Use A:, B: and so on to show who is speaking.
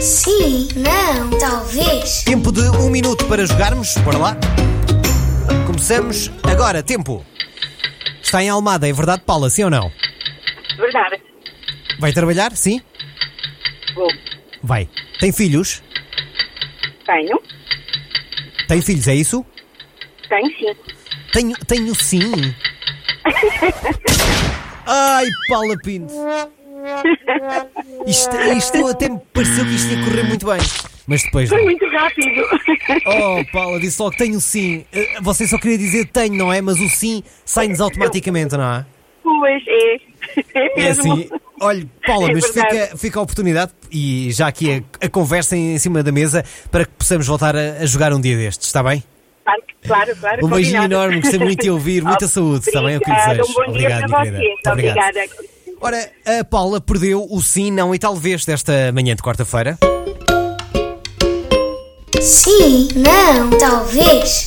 A: Sim, não, talvez.
B: Tempo de um minuto para jogarmos, bora lá. Começamos agora, tempo. Está em Almada, é verdade, Paula, sim ou não?
C: Verdade.
B: Vai trabalhar, sim?
C: Vou.
B: Vai. Tem filhos?
C: Tenho.
B: Tem filhos, é isso?
C: Tenho sim.
B: Tenho, tenho sim. Ai, Paula Pinto. Isto, isto até me pareceu que isto ia correr muito bem. Mas depois
C: Foi
B: não.
C: muito rápido.
B: Oh, Paula, disse logo tenho sim. Eh, Você só queria dizer tenho, não é? Mas o sim sai-nos automaticamente, não é?
C: pois é. É
B: É
C: mesmo.
B: assim. Olha, Paula,
C: É
B: mas
C: verdade.
B: fica, fica a oportunidade e já aqui a, a conversa em cima da mesa para que possamos voltar a, a jogar um dia destes, está bem?
C: Claro, claro, claro.
B: Um beijinho
C: combinado.
B: enorme, gostei muito de ouvir, muita saúde também, é o que eu
C: Obrigada,
B: desejo.
C: Um bom dia
B: Obrigado,
C: para
B: minha
C: vocês.
B: querida. Muito obrigado.
C: Obrigada.
B: Ora, a Paula perdeu o sim, não e talvez desta manhã de quarta-feira.
A: Sim, não, talvez.